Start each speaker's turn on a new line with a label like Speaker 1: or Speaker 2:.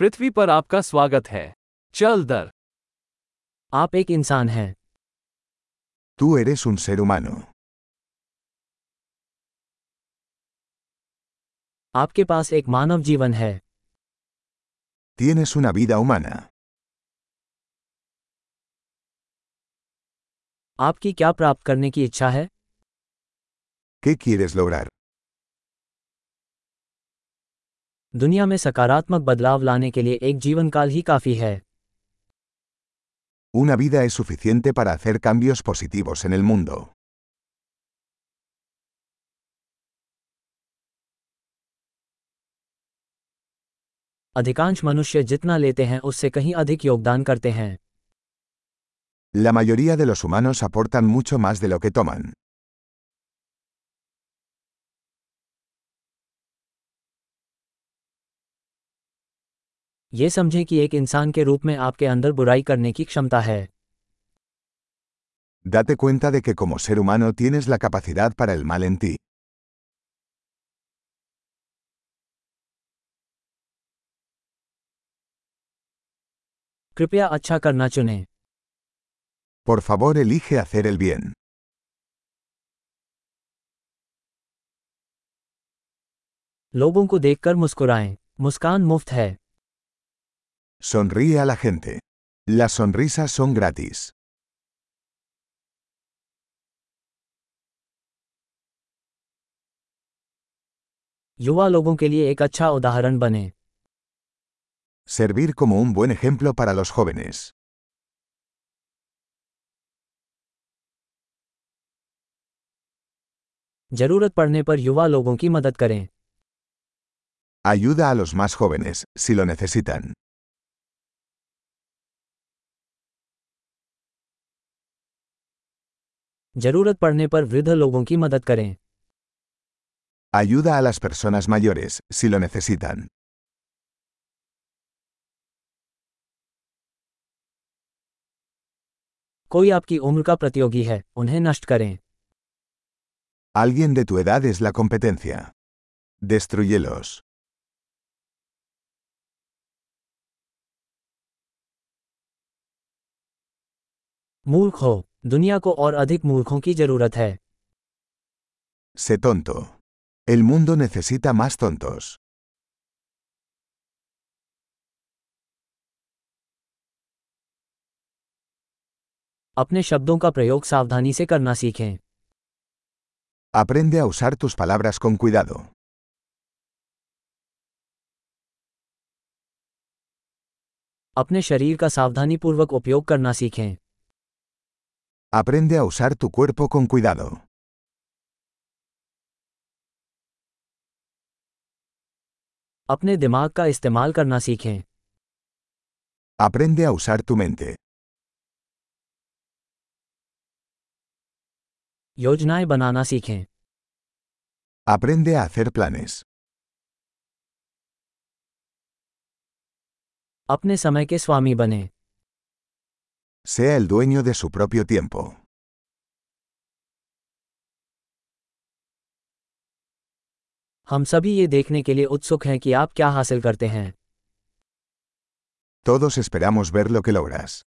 Speaker 1: पृथ्वी पर आपका स्वागत है चल दर
Speaker 2: आप एक इंसान हैं
Speaker 3: Tú eres un ser humano.
Speaker 2: आपके पास एक मानव जीवन है
Speaker 3: Tienes una vida humana.
Speaker 2: आपकी क्या प्राप्त करने की इच्छा है
Speaker 3: ¿Qué quieres lograr?
Speaker 2: दुनिया में सकारात्मक बदलाव लाने के लिए एक जीवनकाल ही काफी है
Speaker 3: Una vida es suficiente para hacer cambios positivos en el mundo.
Speaker 2: अधिकांश मनुष्य जितना लेते हैं उससे कहीं अधिक योगदान करते हैं
Speaker 3: La mayoría de los humanos aportan mucho más de lo que toman.
Speaker 2: ये समझें कि एक इंसान के रूप में आपके अंदर बुराई करने की क्षमता है
Speaker 3: Date cuenta de que como ser humano tienes la capacidad para el mal en ti.
Speaker 2: कृपया अच्छा करना चुनें
Speaker 3: Por favor, elige hacer el bien.
Speaker 2: लोगों को देखकर मुस्कुराएं मुस्कान मुफ्त है
Speaker 3: Sonríe a la gente. Las sonrisas son gratis.
Speaker 2: युवा लोगों के लिए एक अच्छा उदाहरण बने
Speaker 3: Servir como un buen ejemplo para los jóvenes.
Speaker 2: जरूरत पड़ने पर युवा लोगों की मदद करें
Speaker 3: Ayuda a los más jóvenes, si lo necesitan.
Speaker 2: जरूरत पड़ने पर वृद्ध लोगों की मदद करें
Speaker 3: Ayuda a las personas mayores, si lo necesitan.
Speaker 2: कोई आपकी उम्र का प्रतियोगी है उन्हें नष्ट करें
Speaker 3: Alguien de tu edad es la competencia. Destruyelos.
Speaker 2: मूर्ख हो दुनिया को और अधिक मूर्खों की जरूरत है
Speaker 3: Sé tonto. El mundo necesita más tontos.
Speaker 2: अपने शब्दों का प्रयोग सावधानी से करना सीखें
Speaker 3: Aprende a usar tus palabras con cuidado.
Speaker 2: अपने शरीर का सावधानीपूर्वक उपयोग करना सीखें
Speaker 3: Aprende a usar tu cuerpo con cuidado.
Speaker 2: अपने दिमाग का इस्तेमाल करना सीखें
Speaker 3: Aprende a usar tu mente.
Speaker 2: योजनाएं बनाना सीखें
Speaker 3: Aprende a hacer planes.
Speaker 2: अपने समय के स्वामी बने
Speaker 3: Sea el dueño de su propio tiempo.
Speaker 2: हम सभी ये देखने के लिए उत्सुक हैं कि आप क्या हासिल करते हैं
Speaker 3: Todos esperamos ver lo que logras.